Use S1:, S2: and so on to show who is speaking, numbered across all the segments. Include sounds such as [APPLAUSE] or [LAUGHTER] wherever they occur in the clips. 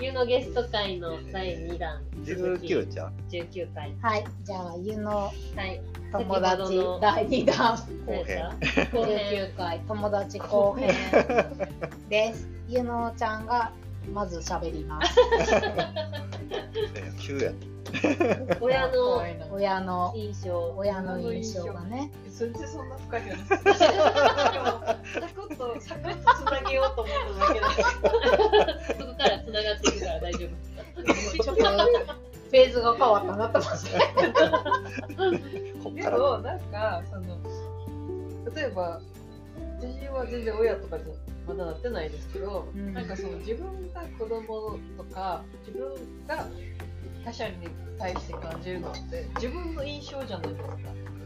S1: 湯のゲスト会の第2弾続き
S2: 19じゃん
S1: 19回
S3: はい、じゃあ、ゆの
S1: はい
S3: 友達
S1: 先ほどの
S3: 第2弾、
S2: 後編
S1: 何でした [LAUGHS] 後編
S3: 19回友達後編です。ゆのちゃんがまず喋ります。
S2: ね9や
S1: 親の
S3: 親の
S1: 印象
S3: 親の印象がね。
S4: それでそんな深い話してたサクッとサクッとつなげようと思っただけだ
S1: そこから繋がっていくから大丈夫
S3: ちょっとフェーズが変わったなと思って。
S2: こっ
S4: け
S2: から
S4: どなんかその例えば私は全然親とかじゃまだなってないですけど、
S3: うん
S4: なんかその自分が子供とか自分が他者に対して感じるのって自分の印象じゃないですか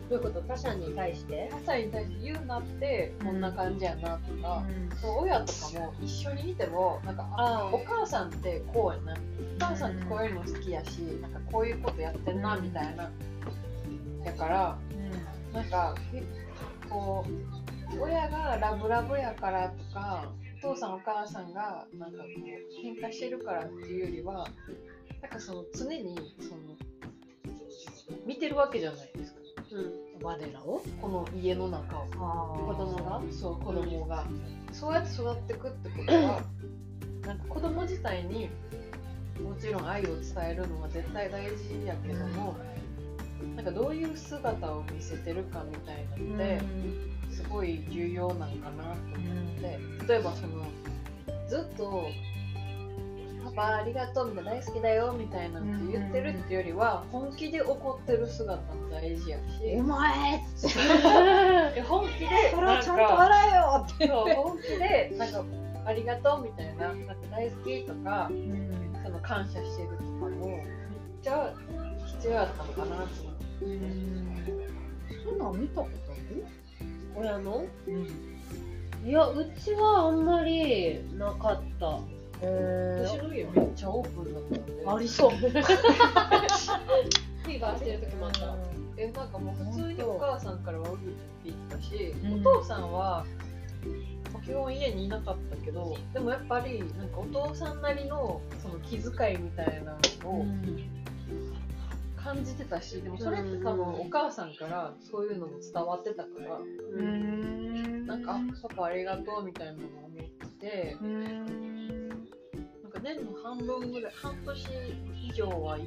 S1: どういうこと他者に対して
S4: 他者に対して言うなってこんな感じやなとか、そう親とかも一緒にいてもなんかあ
S1: あ
S4: お母さんってこうやなお母さんってこういうの好きやしなんかこういうことやってんなみたいなだからなんかえこう親がラブラブやからとかお父さんお母さんがなんかこう喧嘩してるからっていうよりはなんかその常にその見てるわけじゃないですか
S1: うん
S3: 我らを
S4: この家の中を。
S3: 子
S4: 子供がそう子供が、そうやって育ってくってことはなんか子供自体にもちろん愛を伝えるのは絶対大事やけども、なんかどういう姿を見せてるかみたいなのって、すごい重要なんかなと思って例えばそのずっと「パパありがとう」みたいな「大好きだよ」みたいなって言ってるっていうよりは本気で怒ってる姿も大事やし。
S3: お前って
S4: え本気で
S3: これはちゃんと
S4: なんか
S3: 笑えよって。
S4: そう本気でなんかありがとうみたいななんか大好きとかその感謝してるとかもめっちゃ必要だったのかなって思って
S3: そんなん見たことある
S1: 親のいやうちはあんまりなかった
S3: え
S4: 私の家めっちゃオープンだったんで
S3: ー、ありそう。
S1: フィーバーしてる時もあった
S4: えなんかもう普通にお母さんからはうるって言ったし、
S3: うん
S4: お父さんはまあ基本家にいなかったけどでもやっぱりなんかお父さんなりのその気遣いみたいなのを感じてたしでもそれって多分お母さんからそういうのも伝わってたから。
S1: う
S4: なんか、あパパありがとうみたいなのを思って、なんか年の半分ぐらい、半年以上はい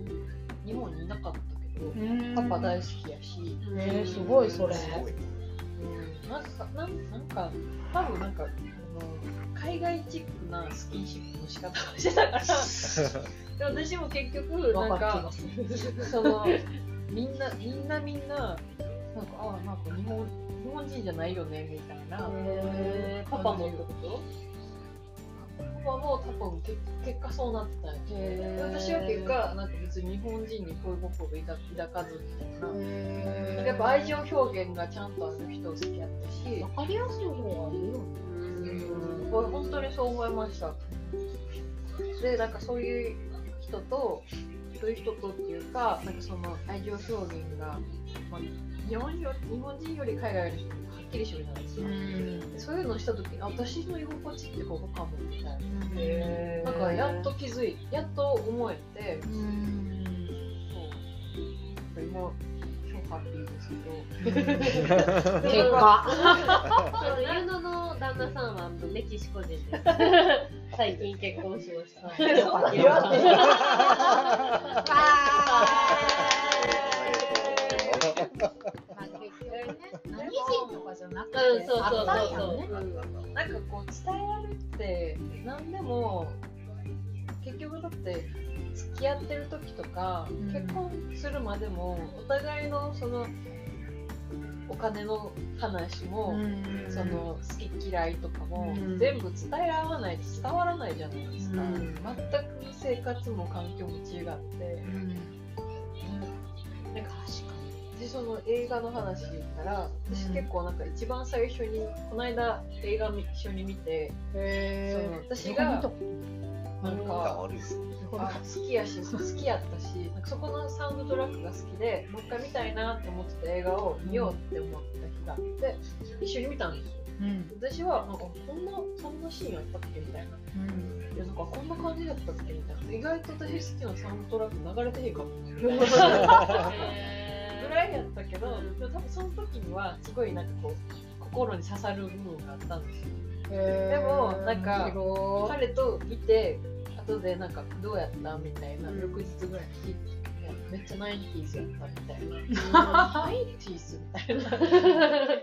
S4: 日本にいなかったけど、パパ大好きやし、
S1: ん
S3: えーすごいそれ
S2: すごい
S4: うん、なんか、なんなんか、多分なんか、あの海外チックなスキンシップの仕方をしてた
S3: [LAUGHS]
S4: か
S2: [LAUGHS]
S4: ら、で私も結局、
S3: わ
S4: なん
S3: かる気
S4: か
S3: が、す
S4: その、みんな、みんなみんな、なんか、ああ、なんか日本、日本人じゃないよね、みたいな。
S1: へーパパもってこと
S4: パパも多分結結果そうなってたんやけど
S1: へー
S4: 私は結果なんか別に日本人に恋心を抱抱かずみたいな、
S3: る。
S4: やっぱ愛情表現がちゃんとある人好きやったし
S3: わ、かりやすい方がいいよね。
S4: うん、これ本当にそう思いましたでなんかそういう人とそういう人とっていうかなんかその愛情表現が、まあ、日本よ日本人より海外の人がはっきりしてるじゃないですか、でそういうのをした時にあ私の居心地ってここかもみたいな
S1: へ
S4: なんかやっと気づいやっと思えてそう今超ハッピーですけど
S3: 結果。
S1: あのユノの旦那さんはメキシコ人です。最近結婚しました。
S3: よかった
S4: 言わんでいい
S3: わーまあ結局ね何人とかじゃなくて、
S1: うん、そうそう
S3: あ
S1: そう
S3: ったん
S1: そう
S3: や。ね
S4: なんかこう伝えられるって何でも結局だって付き合ってる時とか、
S3: ん
S4: 結婚するまでもお互いのそのお金の話も、その好き嫌いとかも、
S3: うん
S4: 全部伝え合わないと伝わらないじゃないですか、
S3: うん
S4: 全く生活も環境も違って、なんか確かに私その映画の話で言ったら私
S3: うん
S4: 結構なんか一番最初にこの間映画み一緒に見て、その
S3: へ
S4: 私がなんか
S2: あるよ
S4: あ好きや
S3: [LAUGHS]
S4: し好きやったしなんかそこのサウンドトラックが好きでもう一回見たいなって思ってた映画を見ようって思った日があって一緒に見たんですよ
S3: うん
S4: 私はなんかこんなそんなシーンあったっけみたいな。いやなんかこんな感じだったっけみたいな。意外と私好きなサウンドトラック流れてへ
S3: [LAUGHS]
S4: んかったみたいな。ぐらいやったけど、でも多分その時にはすごいなんかこう心に刺さる部分があったんですよ。
S3: で
S4: もなんか
S3: 面白い
S4: 彼と見て後でなんかどうやったみたいな
S3: うん
S4: 翌日ぐらい聞いて。いやめっちゃナインティーズやったみたいな。
S3: [LAUGHS]
S4: ナインティーズみたいな。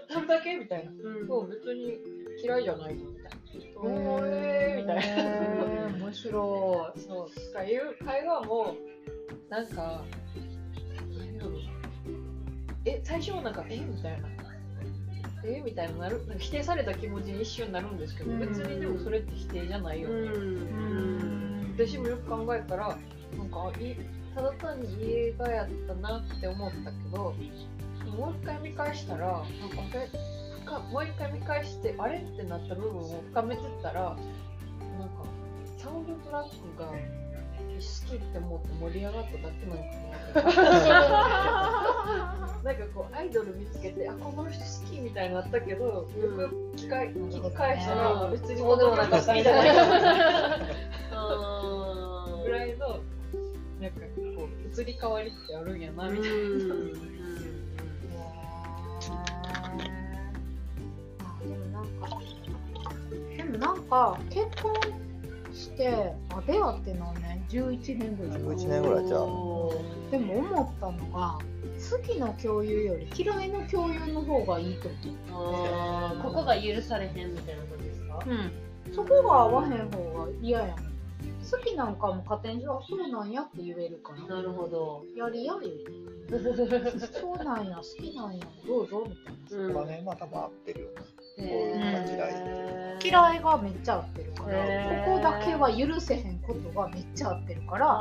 S4: それだけみたいな。そう、別に嫌いじゃないよみたいな。おーえーみたい
S3: へー面白
S4: な。そう、とかいう会話も、なんか、なんだろうえ、最初はなんか、えみたいな。えみたいななるなんか否定された気持ちに一瞬なるんですけど、
S3: うん
S4: 別にでもそれって否定じゃないよ
S3: い。
S4: ね、私もよく考えたらなんかいいただ単にいい映画やったなって思ったけどもう一回見返したらなんかあれ深もう一回見返してあれってなった部分を深めてったらなんかサウンドトラックが好きって思って盛り上がっただけなのかなとかなんかこうアイドル見つけてあこの人好きみたいになったけどよく聞か聞き返したら別にこんなことなかった
S1: [LAUGHS]
S4: みたいな。ぐらいのなんかこう移り変わりってあるんやなみたい
S3: へーあでもなんかでもなんか結婚してあ出会ってのね11年ぐらい
S2: 11年ぐらいじゃあ
S3: でも思ったのが好きの共有より嫌いの共有の方がいいと思
S1: あーここが許されへんみたいなことですか
S3: う、そこが合わへん方が嫌やもん好きなんかも勝手にあそうなんやって言えるから
S1: なるほど。
S3: やりやるよそうなんや好きなんやどうぞみたい
S2: こ
S3: な
S2: の辺は多分合ってるよね
S3: 嫌いがめっちゃ合ってるから、
S1: へー
S3: ここだけは許せへんことがめっちゃ合ってるから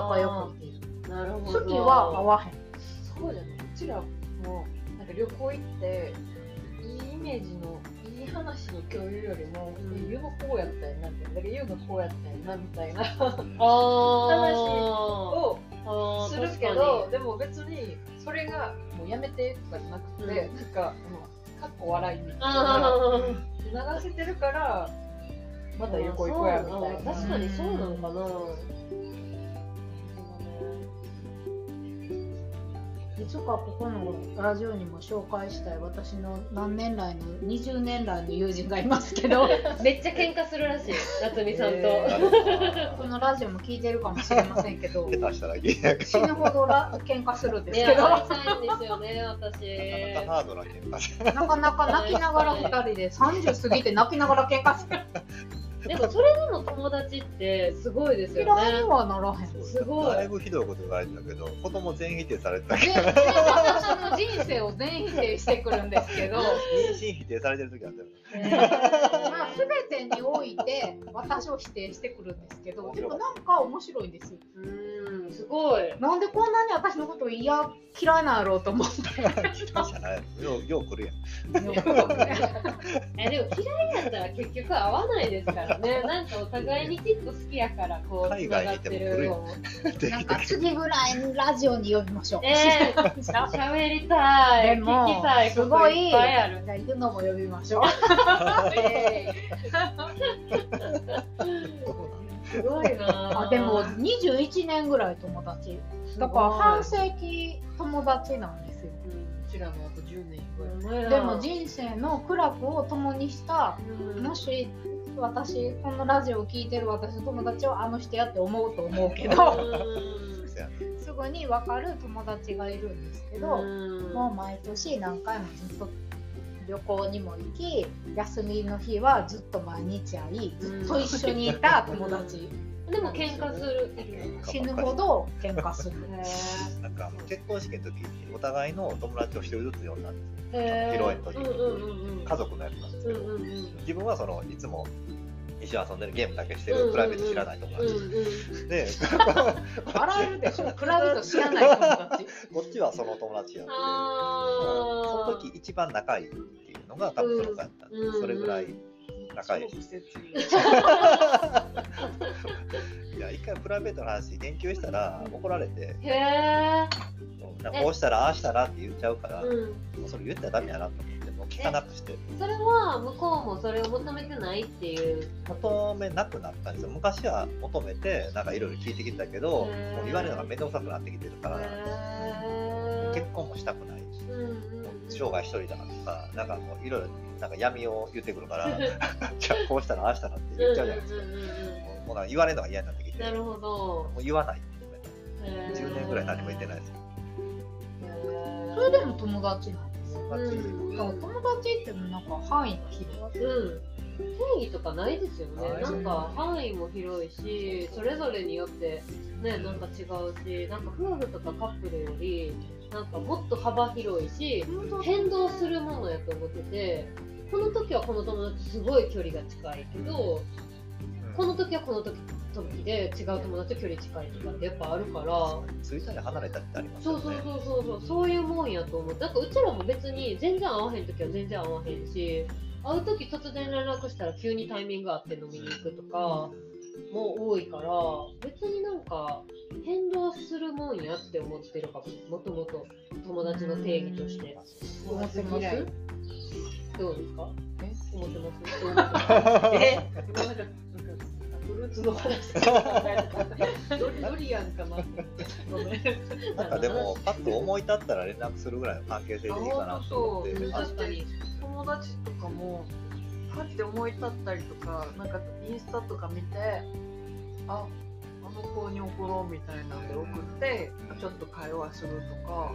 S3: 仲良くできる
S1: く。なるほ
S3: 好
S1: ど。
S3: きは合わへん
S4: そうじゃないうちらもなんか旅行行っていいイメージのいい話の共有よりも
S1: うん
S4: 優、うのこうやったよなみたいな優のこうやったよなみたいな
S1: あ
S4: を
S1: ーあー。
S4: するけどでも別にそれがもうやめてとかじゃなくて、なんかもうかっこ笑いみたい
S1: 確かに。
S4: な
S1: あー
S4: 流せてるからまた旅行行こうやみたいな
S1: 確かにそうなのかな。
S3: いつかここのラジオにも紹介したい私の何年来の20年来の友人がいますけど
S1: めっちゃ喧嘩するら [LAUGHS] しい、夏美さんと。
S4: え
S3: このラジオも聞いてるかもしれませんけど
S2: 下手したらいいやか
S3: 死ぬほどら喧嘩するんです
S1: い
S3: け
S1: や、
S3: ど
S1: 会いたいんですよね、私。
S2: なかなかハードな喧嘩じゃ
S3: なかなか泣きながら2人で30過ぎて泣きながら喧嘩する
S1: でも、それでも友達ってすごいです
S3: 嫌
S1: よ
S3: いに
S1: ね。
S3: はならへん
S2: ん
S1: すごい
S2: だいぶひどいこと言われてたけど子供全否定されてたけ
S3: [LAUGHS] で
S2: ど
S3: 私の人生を全否定してくるんですけど、
S4: [LAUGHS]
S2: 妊娠否定されてる時あったよね
S3: まあ、全てにおいて私を否定してくるんですけどでもなんか面白いんですよ
S1: うん、すごい。
S3: なんでこんなに私のこといや嫌いなんやろうと思っ
S2: 否定じゃないようよう来るやん
S3: [LAUGHS]
S1: えでも嫌いやったら結局合わないですから
S2: [LAUGHS]
S1: ね。なんかお互いにきっと好きやからこう
S2: 海
S1: つな
S2: 外
S1: がっ
S2: にい
S1: て
S2: て
S1: る
S2: も
S1: よ。
S2: 古い
S3: てなんか次ぐらいにラジオに呼びましょう、
S1: えー、喋りたい。
S3: でも
S1: 聞きたいこと
S3: すごい
S1: いっぱいある。
S3: じゃあユノも呼びま [LAUGHS] しょう
S1: すごいなぁ。
S3: あでも21年ぐらい友達だから半世紀友達なんですよ
S1: うん
S4: ちらもあと10年ぐらい。
S1: すごいなぁ
S3: でも人生の苦楽を共にした
S1: うん
S3: もし私このラジオを聞いてる私の友達はあの人やって思うと思うけど
S2: せやね
S3: すぐに分かる友達がいるんですけど、
S1: うん
S3: もう毎年何回もずっと旅行にも行き休みの日はずっと毎日会いずっと一緒にいた友達、
S1: でも喧嘩する。
S3: 死ぬほど喧嘩する
S2: なんか結婚式の時にお互いの友達を一人ずつ呼んだんです披露宴の時
S1: うんうんうんうん。
S2: 家族のやつなんです
S1: う
S2: け
S1: ん
S2: ど、
S1: うんうん。
S2: 自分はそのいつも一緒に遊んでるゲームだけしてる、プライベート知らない友
S1: うん
S2: 達、
S1: うん。
S2: で
S3: 笑えるでしょ比べると知らない友達
S2: こっちはその友達やってそ
S1: あ
S2: の
S1: あ。
S2: 時一番仲いいっていうのが多分その子やったんで、
S1: うん
S2: それぐらい仲いい
S4: すごく切
S2: いや一回プライベートの話言及したら怒られて、
S1: へえ。
S2: なんかこうしたらああしたらって言っちゃうから、
S1: うん。
S2: もうそれ言ったらダメやなと思って僕聞かなくして
S1: それは向こうもそれを求めてないっていう
S2: 求めなくなったんですよ昔は求めてなんかいろいろ聞いてきたけども
S1: へー
S2: う言われるのが面倒くさくなってきてるから
S1: へ
S2: 結婚もしたくない
S1: ーうんうんうん
S2: 生涯一人だからとかなんかもういろいろなんか闇を言ってくるから [LAUGHS] じゃあこうしたらああしたらって言っちゃうじゃないですか
S1: うんうんうん
S2: もうもうなんか言われるのが嫌になってき
S1: うん
S2: て
S1: なる
S2: も
S1: ほど
S2: う言わない
S1: へー
S2: 10年ぐらい何も言ってないですよ
S3: それでも友達なんですよ
S2: マジ
S1: うん
S3: だから友達ってもなんか範囲が広い
S1: うん定義とかないですよ
S2: な
S1: ね。
S2: い
S1: なんか範囲も広いし、それぞれによってねなんか違うし、なんか夫婦とかカップルよりなんかもっと幅広いし、変動するものやと思ってて、この時はこの友達とすごい距離が近いけど、この時はこの時時で違う友達と距離近いとかってやっぱあるから。
S2: ついたり離れたりってあります
S1: そ
S2: よ
S1: う
S2: ね
S1: そうそうそうそうそういうもんやと思うだからうちらも別に全然会わへん時は全然会わへんし会う時突然連絡したら急にタイミングあって飲みに行くとかも多いから別になんか変動するもんやって思ってるかももともと友達の定義として
S3: 思ってます
S4: 嫌い
S1: どうですか
S4: え
S1: 思ってますどう思ってます
S4: [LAUGHS] え、今なんか、なんかフルーツの [LAUGHS] 話とか考えてた。ドリドリアンかな。ごめん。
S2: なんかでもパッと思い立ったら連絡するぐらいの関係性でいいかなと思って
S4: あ本当そう
S2: あ
S1: 確かに
S4: 友達とかも、はって思い立ったりとか、なんかインスタとか見て、あ、あの子に送ろうみたいなんで送って、ちょっと会話するとか。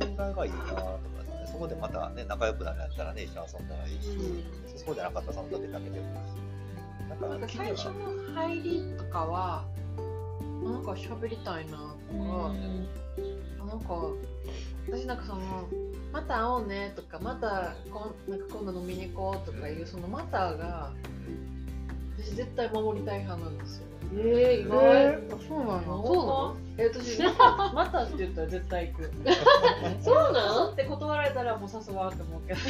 S2: それぐらいがいいなとかってそこでまたね仲良くなれたらね一緒に遊んだらいいし、そうじゃなかったらその時だけでもなんか
S4: なんか
S2: 気
S4: 最
S2: 分
S4: 初
S2: が
S4: の入りとかは、なんか喋りたいなとか。なんか私なんかその「また会おうね」とか「またこんなんか今度飲みに行こう」とかいうその「また」が私絶対守りたい派なんですよ。
S1: えー、意外、
S4: えー、そうなの
S1: そうなの
S4: え [LAUGHS] 私「また」って言ったら絶対行く。
S1: そうな
S4: 誘
S1: ん
S4: って断られたらもう誘わんと思うけど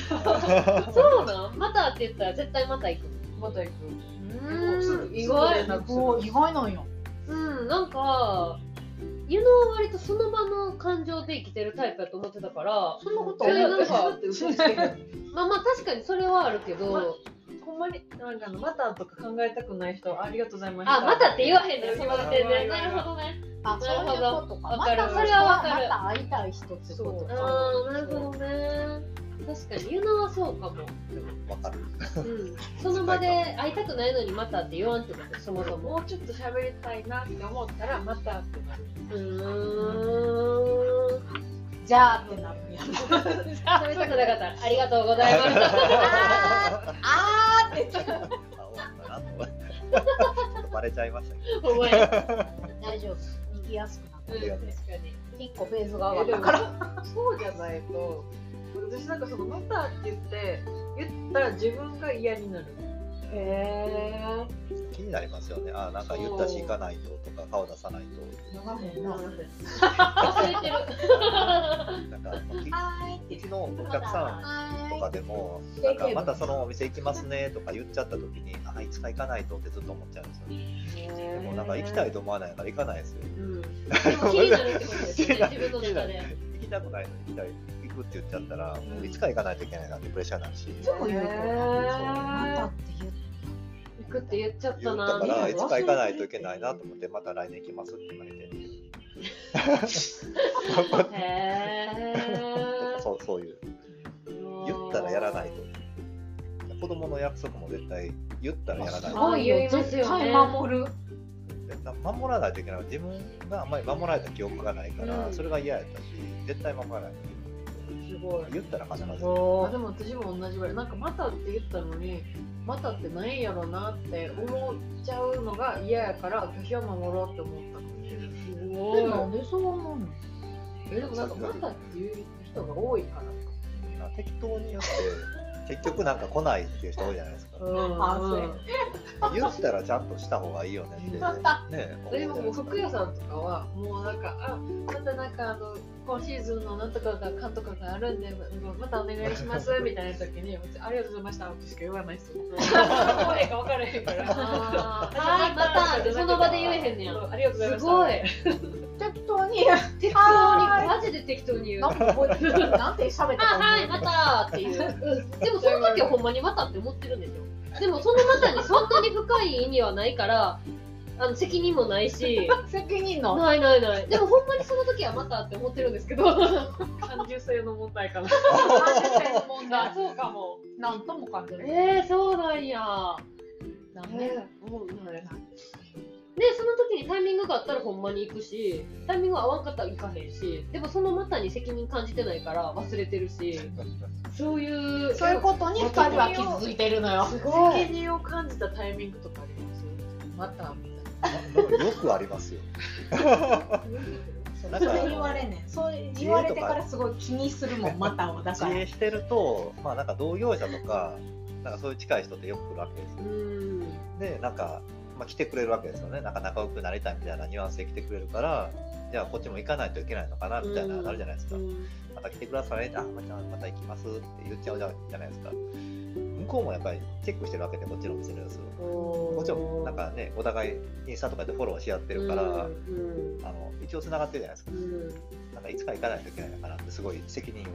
S1: そうなんまたって言ったら絶対また行く
S4: また行く。
S1: うん意
S4: す
S1: 外
S4: ぐ連絡する
S3: お意外なんや
S1: うん、なんか、湯野は割とその場の感情で生きてるタイプだと思ってたから、
S4: そんなこと
S1: えなんか
S4: [LAUGHS] 嘘つけへん
S1: まあまあ確かにそれはあるけど、
S4: ほんまになんかあの「また」とか考えたくない人ありがとうございました。
S1: あ、またって言わへんねん、その時点
S4: 言わへ
S1: で。
S4: ん
S1: なるほどね。
S3: あそ
S1: な
S3: う
S1: るほど
S3: いうことか
S1: わ
S3: ま
S1: かる
S3: た
S1: それはわかる
S3: また会いたい人ってこと
S4: そう
S3: か
S1: あー、なるほどね。確かに、湯野はそうかも。
S2: わかる
S1: [LAUGHS] うん。その場で会いたくないのにまたって言わんってこと、そもそも。
S4: もうちょっと喋りたいなって思ったら「また」ってなる。
S1: うーん。
S3: じゃあってなるんや
S1: 食べたくなかったら、ありがとうございました。
S3: あーあーって言っちゃう
S2: あ終わったなと思ってちょっとバレちゃいましたけど
S1: お前。うん、確
S3: 大丈夫生きやすくなっ
S1: かに。
S3: て一個フェーズが上
S4: え
S3: が
S4: で
S3: った
S4: も
S3: から
S4: そうじゃないと私なんかその「また」って言って言ったら自分が嫌になる
S3: へー
S2: 気になりますよねあなんか言ったし行かないととか顔出さない
S3: 飲まへんな
S1: 忘れてる。
S2: となんか
S3: はーい
S2: き
S3: って
S2: 昨日お客さんと
S3: は
S2: かでも
S3: ーい
S2: なんかまたそのお店行きますねとか言っちゃった時にあいつか行かないとってずっと思っちゃうんですよねでもなんか行きたいと思わないから行かないですよ
S1: うん。でも気になるってことですよね、自分の中で。
S2: 行きたくないのに行きたい行くって言っちゃったらもういつか行かないといけないなってプレッシャーになるし
S3: いつも言うことまた
S4: ま
S3: って言う
S1: 行くって言っちゃっ
S2: 言
S1: た
S2: っ
S1: な
S2: たからい
S1: み
S2: つ
S1: んな
S2: か行かないといけないなと思ってまた来年行きますって言われて
S1: へー
S2: そうそういう言ったらやらないと子供の約束も絶対言ったらやらない
S3: す
S2: と
S3: ごいよ絶対 [LAUGHS] 守る
S2: 守らないといけない自分があんまり守られた記憶がないから、
S1: うん
S2: それが嫌やったし絶対守らない
S1: すごい
S2: 言ったら必ず
S4: あでも私も同じぐらいなんか「また」って言ったのに「また」ってないんやろなって思っちゃうのが嫌やから私は守ろうって思ったの
S1: す
S3: で
S1: ご
S3: なんでそう思うの
S4: えでもなんか「また」っていう人が多いから
S2: 適当に言って結局なんか来ないっていう人多いじゃないですか
S4: うん
S3: あそうや
S2: 言ったらちゃんとした方がいいよねってね思うじゃ
S4: で
S2: な
S4: も
S2: い
S4: もう
S2: すか
S4: 服屋さんとかはもうなんかあまたなんかあの今シーズンのなんとかがかんとかがあるんでままたお願いしますみたいな時にありがとうございましたってしか言わないですよ。声が分からへんから。
S1: あーはいまたその場で言えへんねや
S4: ありがとうございました。
S1: すごい
S3: 結当に
S1: 適当
S3: はー
S1: に
S3: い
S1: マジで適当に言う
S3: 何も覚えてないなんで喋った
S1: あ
S3: [LAUGHS] か
S1: はいまたっていう、でもその時はほんまにまたって思ってるんですよでもそのまたにそんなに深い意味はないからあの責任もないし
S3: 責任の
S1: ないないないでもほんまにその時はまたって思ってるんですけど感受性の問題かな
S3: 30歳の問題
S1: そうかも
S3: なんとも感じる
S1: えー、そうなんや
S3: ダ
S1: ダ
S3: メ
S1: メもうないでその時にタイミングがあったらほんまに行くしタイミング合わんかったら行かへんしでもそのまたに責任感じてないから忘れてるしそういう
S3: そういうことに二人は気づいてるのよ
S1: すごい
S4: 責任を感じたタイミングとかありますまたみたいな
S2: よくありますよ。なんか
S3: そう言われんねんそう言われてからすごい気にするもんまたをだ
S2: 自
S3: から
S2: 営してると、まあなんか同業者とか、なんかそういう近い人ってよく来るわけですよ
S1: う。ん
S2: で、なんか、まあ来てくれるわけですよね。なんか仲良くなりたいみたいなニュアンスで来てくれるから、じゃあこっちも行かないといけないのかなみたいな、なるじゃないですか。また来てくださいって、あ、またまた行きますって言っちゃうじゃないですか。向こうもやっぱりチェックしてるわけで、こっちのお店の様子を。もちろん、なんかね、お互いインスタとかでフォローし合ってるから、
S1: うん
S2: あの一応繋がってるじゃないですか
S1: うんうん
S2: [LAUGHS] なんかいつか行かないといけないのかなってすごい責任を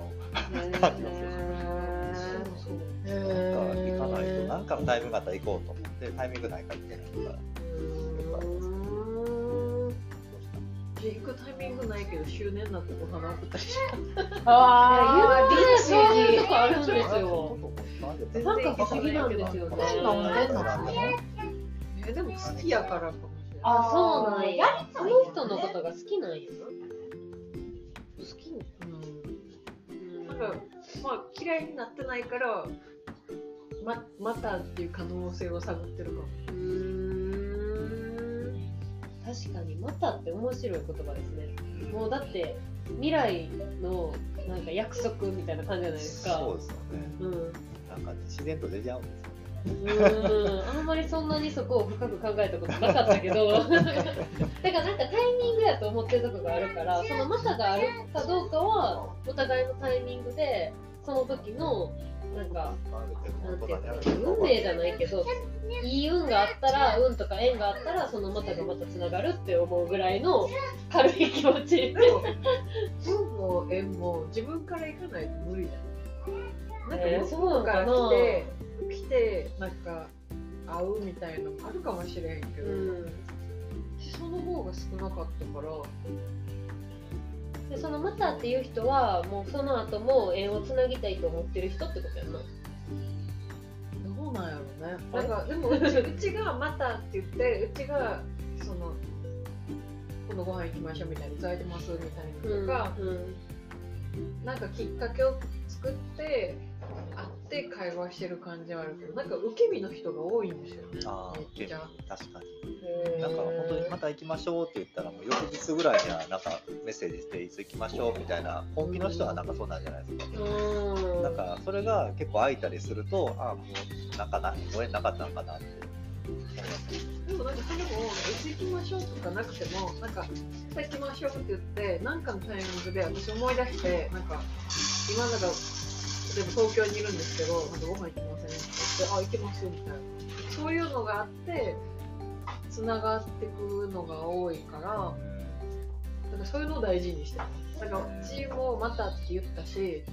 S1: ね
S2: 感じますよ
S1: え
S4: そう
S2: なんか
S3: へ
S2: 行かないと
S3: ー
S2: なんかのタイミングがあったら行こうと思ってタイミングないから行けないとか
S1: うん
S4: そう行くタイミングないけど周年になってご飯あったりし
S3: あ
S1: いや
S3: ー
S1: そういうと
S3: 律儀
S1: こあるんですよ
S2: 全
S1: なん
S2: 然
S1: か
S2: 行
S1: 不
S2: か
S1: 思議なんですよね
S3: 変なもんね
S4: えでも好きやからかもしれない
S1: あそうなんや
S3: やり
S1: そ
S3: たい
S1: の
S3: よね
S1: 人のことが好きなんや
S4: 好きうんなんかまあ嫌いになってないからままたっていう可能性を探って [LAUGHS] るかも
S1: うーん確かにまたって面白い言葉ですねもうだって未来のなんか約束みたいな感じじゃないですか
S2: そうですよね
S1: うん
S2: なんか自然と出ちゃうんですよね
S1: うーんあんまりそんなにそこを深く考えたことなかったけ
S2: [LAUGHS]
S1: どだからなんかタイミングやと思ってるとこがあるからそのまたがあるかどうかはお互いのタイミングでその時のなんかなんていうか運命じゃないけどいい運があったら運とか縁があったらそのまたがまたつながるって思うぐらいの軽い気持ち
S4: でも運も縁も自分から行かないと無理じゃんなんか
S1: えー
S4: 向こうから
S1: そうなの
S4: 来て、来てなんか会うみたいなのもあるかもしれへんけ
S1: う
S4: ど、
S1: ん
S4: その方が少なかったから
S1: でそのまたっていう人はもうその後も縁をつなぎたいと思ってる人ってことやんな
S4: どうなんやろねなんかでもうちうちが「また」って言ってうちがその「今度ご飯行きましょう」みたいな「いただいてます」みたいなのとか、
S1: うん
S4: なんかきっかけを作って会って会話してる感じはあるけどなんか受け身の人が多いんですよね
S2: ああ
S4: めっちゃ
S2: 確かに
S1: へー
S2: なんか本当にまた行きましょうって言ったらもう翌日ぐらいにはなんかメッセージしていつ行きましょうみたいな本気の人はなんかそうなんじゃないですか
S1: うん
S2: なんかそれが結構空いたりするとああもうなんかなご縁なかったのかなって
S4: でもなんかそれも「うち行きましょう」とかなくてもなんか「さ行きましょう」って言ってなんかのタイミングで私思い出してなんか今なんか例えば東京にいるんですけど「なんかご飯行きません」って言って「あ行きます」みたいなそういうのがあってつながってくのが多いからなんかそういうのを大事にしてますなんかうちも「また」って言ったし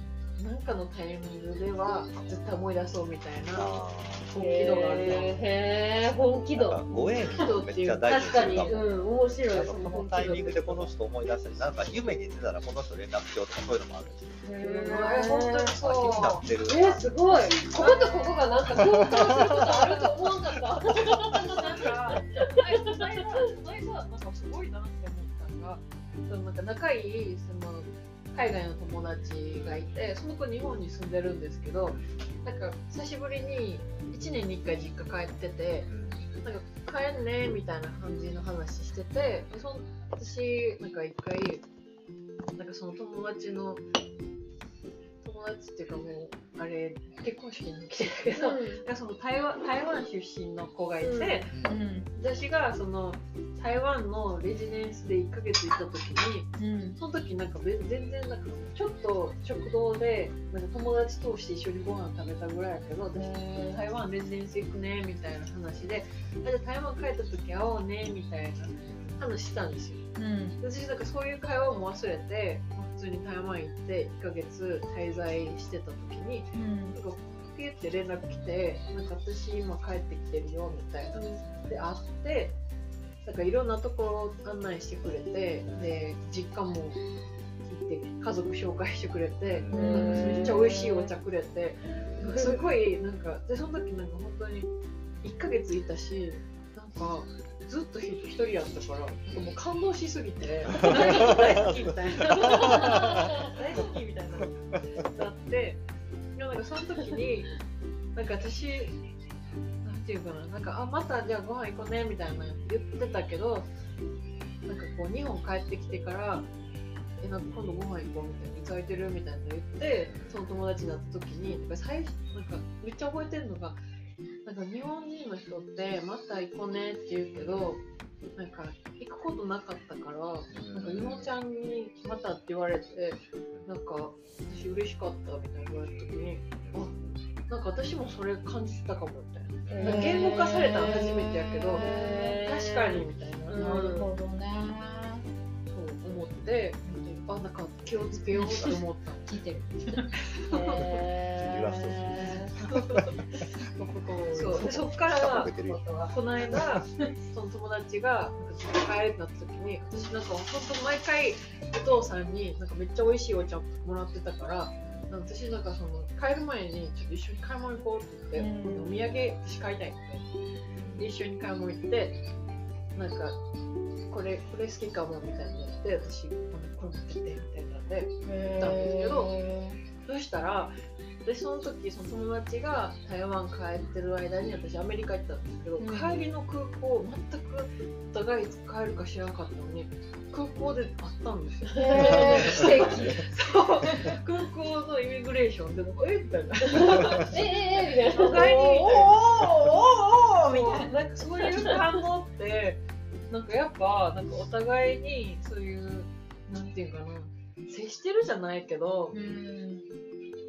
S4: なんかのタイミングでは絶対思い出そうみたいな
S2: あ
S4: 本気度があるな
S1: へえ本気
S2: あ
S1: 度
S2: ご縁めっちゃ大事
S1: 確
S2: に
S1: か
S2: する
S1: に
S2: かも
S1: うん面白い
S2: なん
S1: です
S2: かこ
S1: ね
S2: のタイミングでこの人思い出したり、なんか夢に出たらこの人連絡しようとかそういうのもあるし、
S1: へ
S4: えー本当に
S1: ー
S2: あ気にな
S4: そ
S2: ってる。
S1: えー、すごいこことここがなんか共感することあると思わんかった
S4: うなんか前は前はなんかすごいなって思ったのがそのなんか仲いいその海外の友達がいてその子日本に住んでるんですけどなんか久しぶりに1年に1回実家帰っててなんか帰んねみたいな感じの話しててでそん私なんか一回なんかその友達の友達っていうかもうあれ結婚式に来てるけど、なんかその台湾台湾出身の子がいて、
S1: うん
S3: うん
S4: 私がその台湾のレジデンスで1ヶ月行った時に
S3: うん
S4: その時なんかべ全然なんかちょっと食堂でなんか友達通して一緒にご飯食べたぐらいやけど私
S1: へー
S4: 台湾レジデンス行くねみたいな話であじゃあ台湾帰った時会おうねみたいな話したんですよ
S3: うん
S4: 私なんかそういう会話も忘れて普通に台湾行って1ヶ月滞在してた時に
S3: うん
S4: なんかピュって連絡来て「なんか私今帰ってきてるよ」みたいなで会ってなんかいろんなところ案内してくれてで実家も行って家族紹介してくれて
S2: う
S4: なん
S2: ん
S4: かめっちゃ美味しいお茶くれてなんかすごいなんかでその時なんか本当に1ヶ月いたしなんかずっと一人やったからなんかもう感動しすぎて大好きみたいな。大好きみたいななってでもなんかその時になんか私なんていうかななんかあまたじゃあご飯行こうねみたいな言ってたけどなんかこう日本帰ってきてからえなんか今度ご飯行こうみたいな「いつ空いてる?」みたいな言ってその友達になった時になんか最初なんかめっちゃ覚えてるのがなんか日本人の人って「また行こうね」って言うけどなんか行くことなかったから。なんか、ゆのちゃんにまたって言われて、なんか、私嬉しかったみたいな言われた時に、あ、なんか私もそれ感じてたかもみたいな。
S2: うん
S4: なんか言語化されたの初めてやけど
S3: へー
S4: 確かにみたいな、
S1: う
S3: な
S1: な
S3: る
S1: る
S3: ほ
S1: ほ
S3: どね
S4: そう思って、あ、なんか気をつけようって思った
S1: 聞いてる。
S2: 揺らす
S4: の。そう、
S3: [LAUGHS]
S4: でそっからは、この間、その友達が、なんかちょっと帰れってなった時に、私なんか本当毎回、お父さんになんかめっちゃ美味しいお茶もらってたから、なんか私なんかその、帰る前にちょっと一緒に買い物行こうって言って、
S3: うん
S4: お土産私買いたいって。で一緒に買い物行って、なんか、これ、これ好きかもみたいになって、私、これ持ってきてみたいなんで、
S3: へ
S4: たんですけど
S3: ー
S4: そしたら私その時その友達が台湾帰ってる間に私アメリカ行ったんですけど、
S3: うん
S4: 帰りの空港全くお互いいつ帰るか知らなかったのに空港で会ったんですよ
S3: へー奇 [LAUGHS] 跡
S4: [LAUGHS] そう空港のイミグレーションでもえみたいな
S1: ええええみたい
S4: お互いにみたいな
S3: おーおーおーおーみたいな
S4: なんかそういう感動ってなんかやっぱなんかお互いにそういうなんていうかな接してるじゃないけど
S3: [LAUGHS] うん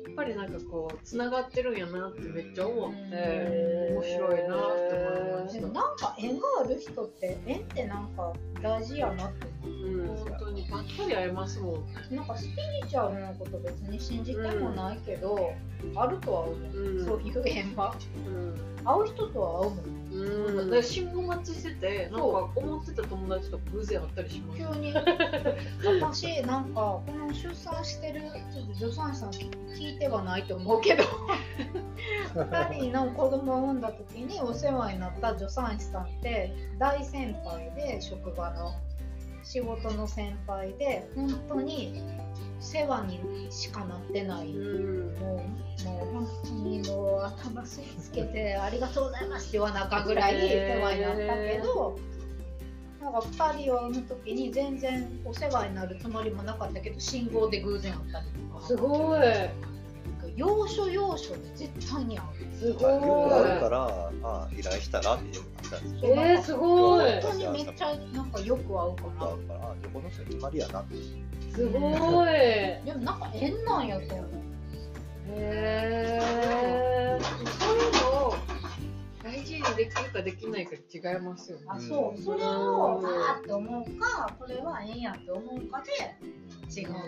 S4: やっぱりなんかこうつながってるんやなってめっちゃ思って。
S3: へ
S4: 面白いなって思いま
S3: で
S4: し
S3: も
S4: た。
S3: なんか縁がある人って縁ってなんか大事やなって思
S1: うん
S4: 本当にばっかり会えますもん。
S3: うなんかスピリチュアルなこと別に信じてもないけど、あるとは思う、
S1: うん
S3: そういう縁は会う人とは会うもん
S4: うん。だから信号待ちしてて、なんか
S3: そ
S4: 思ってた友達と偶然会ったりします。
S3: 急に私なんかこの出産してるちょっと助産師さん聞いてはないと思うけど2人の子供を産んだ時にお世話になった助産師さんって大先輩で職場の仕事の先輩で本当に世話にしかなってない
S1: うん。
S3: もうもう本当にもう頭すりつけて「ありがとうございます」って言わなあかんぐらい世話になったけど、なんか2人を産む時に全然お世話になるつもりもなかったけど信号で偶然会ったりとか
S1: すごい。
S3: なんか要所要所で絶対に会
S1: す
S2: よく
S1: ご
S2: ある
S1: い。
S2: から、まあ、依頼したらってよく来たんですよ。
S1: え
S3: う、
S1: ー、すごい。
S3: 本当にめっちゃなんかよく会うか
S2: あ
S3: な
S2: るから、あじゃあこの人決まりやなって。
S1: すごい。へ
S3: でもなんか縁なんやと思う
S1: え。
S4: そういうのを大事にできるかできないか違いますよね。
S3: あそううんそれをあーって思うかこれは縁やって思うかで違うと思う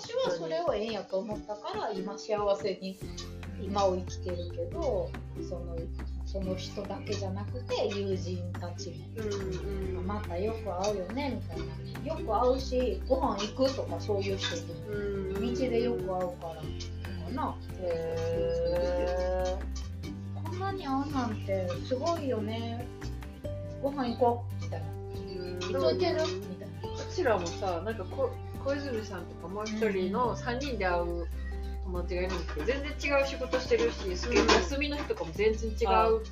S3: 私はそれを縁やと思ったから今幸せに今を生きてるけどそのその人だけじゃなくて友人たちも
S1: うんうん。
S3: またよく会うよねみたいなよく会うしご飯行くとかそういう人に
S1: うん
S3: 道でよく会うからかな
S1: へ
S3: こんなに会うなんてすごいよねご飯行こうみたいな
S4: うん
S3: いつ
S4: でも
S3: 行
S4: う
S3: けるみたいな
S4: ちらもさ、なんかこ小泉さんとかもう一人の3人で会う友達がいるんですけど、全然違う仕事してるし、スケ
S1: うん
S4: 休みの日とかも全然違う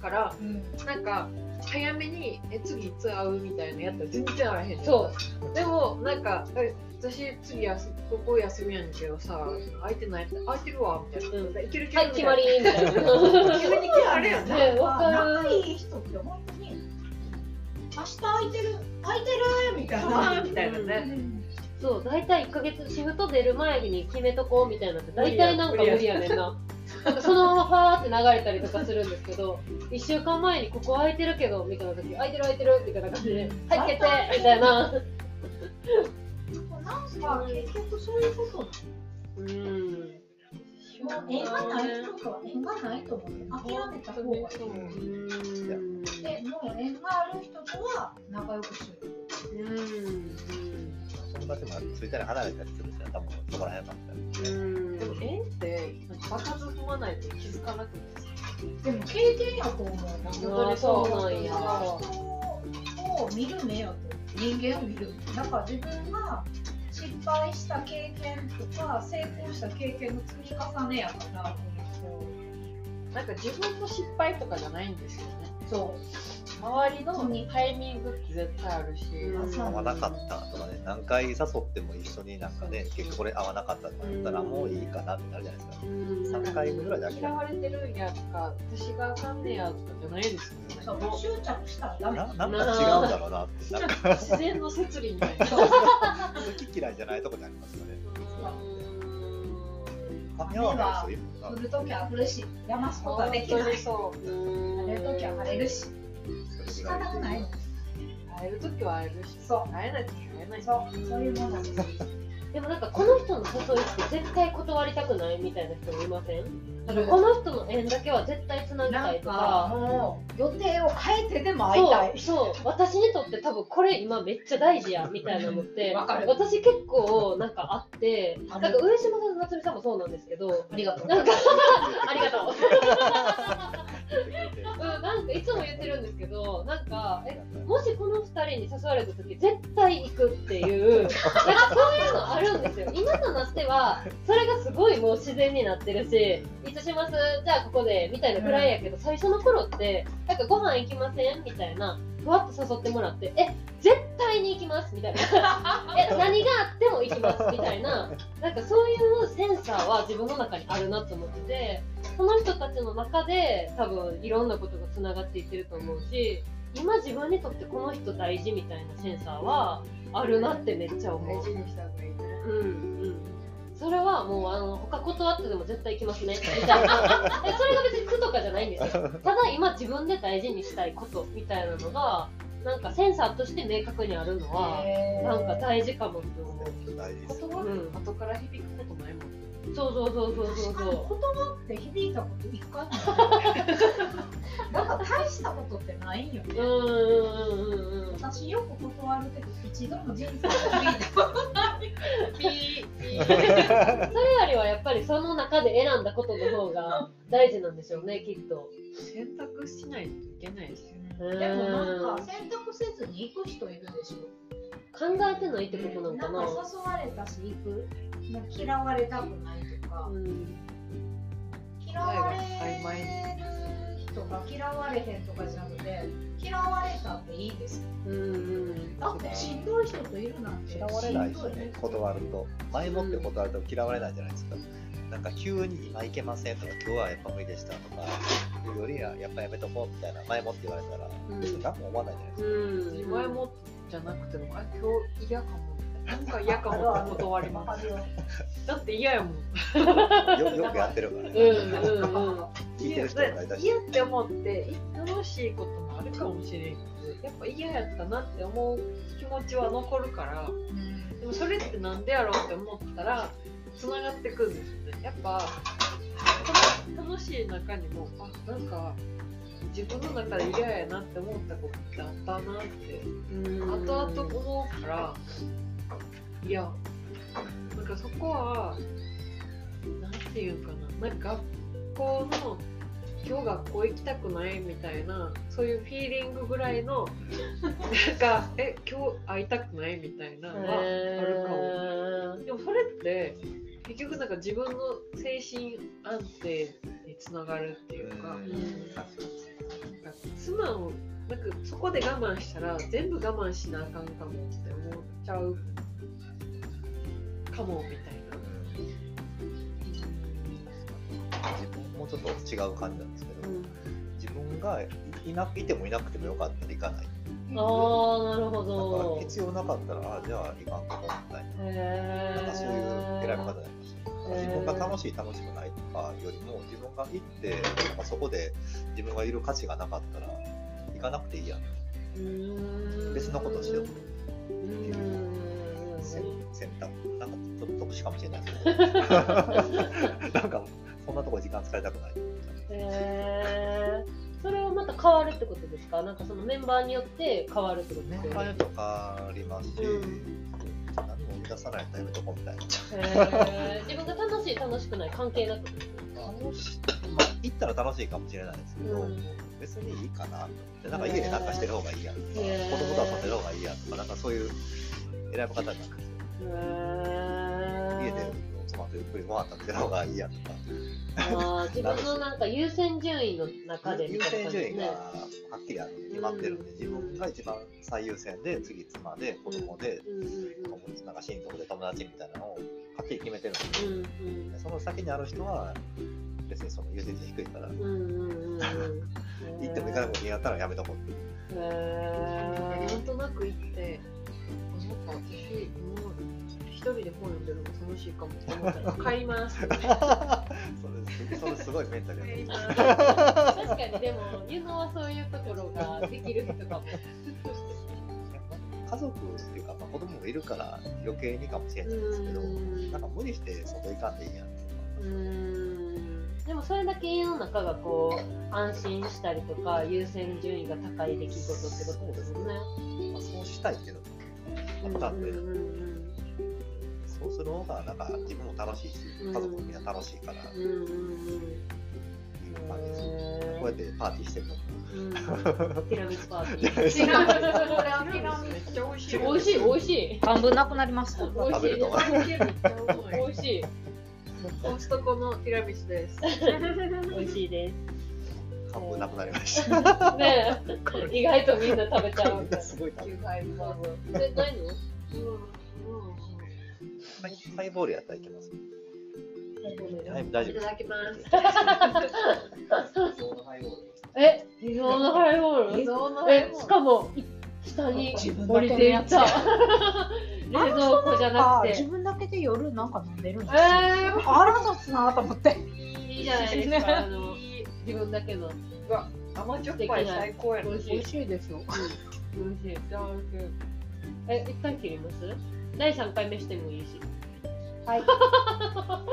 S4: から。
S3: うん
S4: なんか早めにえ次いつ会うみたいなやったら全然会えへん
S1: ー
S4: ねん
S1: そう。
S4: でもなんかえ私次やすここ休みやねんけどさ空いてない空いてるわみたいな、
S1: うん
S4: いけるいける
S1: はい、決まりみたいな。
S4: みたいな急に決まるよね
S1: ねわかる
S3: 仲いい人って本当に明日空いてる空いてるみたい
S4: あ
S3: な
S4: ーみたいなね、
S1: そう、大体1ヶ月シフト出る前に決めとこうみたいなって、大体なんか無理やねんな。そのままファーって流れたりとかするんですけど1週間前にここ空いてるけどみたいな時空いてる空いてるみたいな感じで「はい決定!」みたいな
S3: なんか結局そういうこと
S1: うん
S3: なの。もう縁がない人とは縁がないと思う。諦めた方がいい。
S4: [LAUGHS] そう
S1: うーん
S3: でもう縁がある人とは仲良くしよう。
S1: う
S2: その場所もついたり離れたりするし、多分そこら辺なんだよね。
S1: ーん
S4: でも縁ってなんか爆発踏まないと気づかなくて
S3: でも経験やと思うな。
S1: あそうなんや
S3: だから人を見る目やと思う。人間を見る。だから自分が失敗した経験とか成功した経験の積み重ねやから。
S4: なんか自分の失敗とかじゃないんですよね
S3: そ
S4: 周りのタイミングって絶対あるし、
S1: うん
S3: う。
S2: 合わなかったとかね、何回誘っても一緒になんかね、結局これ合わなかったとか言ったら、もういいかなってなるじゃないですか。3回目ぐらいで諦
S4: 嫌
S2: め
S4: われてるんやとか私があかんねやとかじゃないですよね
S3: そう。執着したらダメ。
S2: ななんか違うんだろうなって、なんか
S4: 自然の摂理みたいな
S2: 好き嫌いじゃないとこにありますよね。合わないですよ、今
S3: あ降るときは降るし、やますことはでき
S4: 本当
S3: な
S4: に
S3: い。
S4: そう
S3: 晴れるときは晴れるし、仕方がない。
S4: 会える時は会えるし
S3: そ
S4: 会えない時は会えないし
S3: そう、そういうもんだ。
S1: でもなんかこの人の誘いって絶対断りたくないみたいな人もいませんなんかこの人の縁だけは絶対つなぎた
S3: なん
S1: いと
S3: か
S1: か
S3: もう予定を変えてでも会いた
S1: そ。
S3: いう
S1: そう私にとって多分これ今めっちゃ大事やみたいなのって
S3: わかる
S1: 私結構なんかあって
S3: あ
S1: な
S3: る
S1: んか上島さんと夏美さんもそうなんですけど
S3: ありがとう。
S1: なんかあ
S2: あ
S1: りがとう
S2: う
S1: うん、なんかいつも言ってるんですけど、なんか、え、もしこの二人に誘われた時、絶対行くっていう。なんかそういうのあるんですよ。今となっては、それがすごいもう自然になってるし。いつします、じゃあここでみたいなくらいやけど、最初の頃って、なんかご飯行きませんみたいな。ふわっと誘ってもらって、え、絶対に行きますみたいな。え、何があっても行きますみたいな。なんかそういうセンサーは自分の中にあるなと思ってて。その人たちの中で多分いろんなことがつながっていってると思うし今自分にとってこの人大事みたいなセンサーはあるなってめっちゃ思
S4: 大
S1: う。
S4: 事にした方がいいね
S1: うんうんそれはもうあの他断ってでも絶対行きますねみたいなえそれが別に苦とかじゃないんです
S4: [LAUGHS]
S1: よただ今自分で大事にしたいことみたいなのがなんかセンサーとして明確にあるのはなんか大事かもって思う
S2: 大事です
S4: 言葉
S1: うん
S4: 後から響くことないもん
S1: そうそうそうそうそうそ
S3: 断って響いたこと一回もない。だから大したことってないんよ
S1: うう
S3: ね。
S1: んうんうんうんうん
S3: 私よく断るけど一度も人生で響いたこと
S1: ピーピーそれよりはやっぱりその中で選んだことの方が大事なんでしょうねきっと
S4: 選択しないといけないですよね
S1: うん
S3: でもなんか選択せずに行く人いるでしょ。
S1: 考えてないってことなの
S3: な
S1: か
S3: ん
S1: な
S3: か誘われたし行く。もう嫌われたくないとか
S1: う。ん
S3: 嫌われる人が嫌われへんとかじゃなくて嫌われたっていいですよ
S1: うんうん
S3: だってしんどい人といるなんて
S2: 嫌われない
S3: し
S2: し
S3: んどい
S2: ね、断ると。前もって断ると嫌われないじゃないですか。なんか急に今行けませんとか、今日はやっぱ無理でしたとか、いうよりはやっぱやめとこうみたいな、前もって言われたら、別に何も思わないじゃないで
S1: う
S2: すか。
S1: ん
S4: 前もじゃなくてもあ今日嫌かもなんか嫌かもって断り
S3: わ
S4: ま
S1: [LAUGHS]
S3: かるよ
S4: すだって嫌やもん
S2: よよくやってるから
S1: うんうん
S2: ね。
S1: うん
S2: 聞いてる人がいたし。
S4: 嫌って思って楽しいこともあるかもしれんけどやっぱ嫌やったなって思う気持ちは残るからでもそれってなんでやろうって思ったらつながってくんですよねやっぱこの楽しい中にもあなんか自分の中で嫌やなって思ったことってあったなって
S1: うん
S4: 後々思うからいやなんかそこはなんていうかななんか学校の今日学校行きたくないみたいなそういうフィーリングぐらいのなんかえ今日会いたくないみたいなのはあるかも。
S1: へ
S4: でもそれって結局なんか自分の精神安定につながるっていうか、
S2: うん
S4: なんか素直なんかそこで我慢したら全部我慢しなあかんかもって思っちゃうかもみたいな。
S2: 自分もうちょっと違う感じなんですけ
S1: ーう
S2: ど、
S1: ん
S2: 自分がいいないてもいなくてもよかったら行かな
S1: ああな
S2: い。
S1: るほ
S2: なんか
S1: ど
S2: 必要なかったら、あじゃあ行かんかもみたいな。
S1: へえ
S2: なんかそういう選び方になりました。自分が楽しい楽しくないとかよりも自分が行ってなんかそこで自分がいる価値がなかったら行かなくていいやん別のことしてもせ選択なんかちょっと特殊かもしれ
S1: [LAUGHS]
S2: ないですけどなんかそんなとこ時間使いたくない
S1: えー、それはまた変わるってことですかなんかそのメンバーによって変わるってことで
S2: 年
S1: すよ
S2: 配
S1: ね、
S2: とかありますし、
S1: うん
S2: 何も生み出さないとやめとこうみたいな
S1: えー、自分が楽しい楽しくない関係なく
S2: 楽しい、まあ、行ったら楽しいかもしれないですけど、
S1: うん
S2: 別にいいかなと思ってなんか家でなんかしてる方がいいやとか、
S1: へー
S2: 子供と遊んでる方がいいやとかなんかそういう選ぶ方なんですよ
S1: え
S2: 家で
S1: ー、
S2: お妻とゆっくりご飯食べてる方がいいやとか
S1: あー自分のなんか優先順位の中でみ
S2: 優
S1: たいな
S2: 先
S1: 感じ
S2: 順
S1: です
S2: 位が
S1: ね
S2: はっきりあるんで決まってるんで、自分が一番最優先で次妻で子供で、
S1: うんうん
S2: なんか親族で友達みたいなのをはっきり決めてるんで
S1: うんうん
S2: その先にある人は別にその優先順位低いから
S1: うんうんうんうん
S2: 行っても行かなくてもいいやったらやめとこうって
S1: へえ
S4: なんとなく行って、あなんか私、もう一人で本読んでるの楽しいかもって思ったら、買いま
S2: [LAUGHS]
S4: す。
S2: それそれすごいメンタルやと思
S1: 確
S2: う
S1: かにでもユノはそういうところができる人かも
S2: 家族っていうか、まあ、子供もいるから余計にかもしれないですけど、なんか無理して外行かんでいいやんって
S1: うーんでもそれだけ家の中がこう安心したりとか優先順位が高い出来事ってことですよね。
S2: いうか、まあ、そうしたいっていうのもあったんで、
S1: うんうん
S2: そうする方がなんか自分も楽しいし家族もみんな楽しいから、
S1: うんうんうん
S2: まあこうやってパーティーしてるのも
S1: うんティラミスパーティー。
S3: 違うこれは
S4: め
S3: ピラミッ
S4: っちゃ美味しい。
S1: 美味しい美味しい
S3: [LAUGHS] ド半分なくなりました
S1: 美味し
S2: 食べ
S1: い
S2: ると
S1: です
S4: 美
S1: 美味しい
S4: コストコのティラミス [LAUGHS] です。
S1: 美味しいです。
S2: 半分なくなりました。
S1: ねえ意外とみんな食べちゃうみたい
S2: すごいな
S4: 九杯分。
S1: な。でないの？
S2: ハイボールやったらいけます。はい、大
S1: 大
S2: 丈
S4: い
S2: 夫で
S4: た
S2: す。
S4: だきます。
S2: [LAUGHS]
S1: え、理想のハイボール？
S4: 映像の
S1: え、しかも下に降りていった [LAUGHS] 冷蔵庫じゃな
S3: あ
S1: く
S3: 自
S1: て
S3: 分だけで夜なんか飲んでるん
S1: え
S3: です腹立つなと思って
S1: ー、いいじゃないですかあの自分だけの
S4: 甘じょっぱい最高やな。
S1: 美味しい美
S3: しいですよ
S1: 味しいえ一旦切ります第3回目してもいいし
S3: はい [LAUGHS]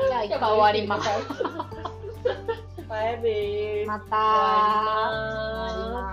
S3: じゃあ一回終わります
S1: バイビー
S3: ま
S1: 終
S3: た
S1: わります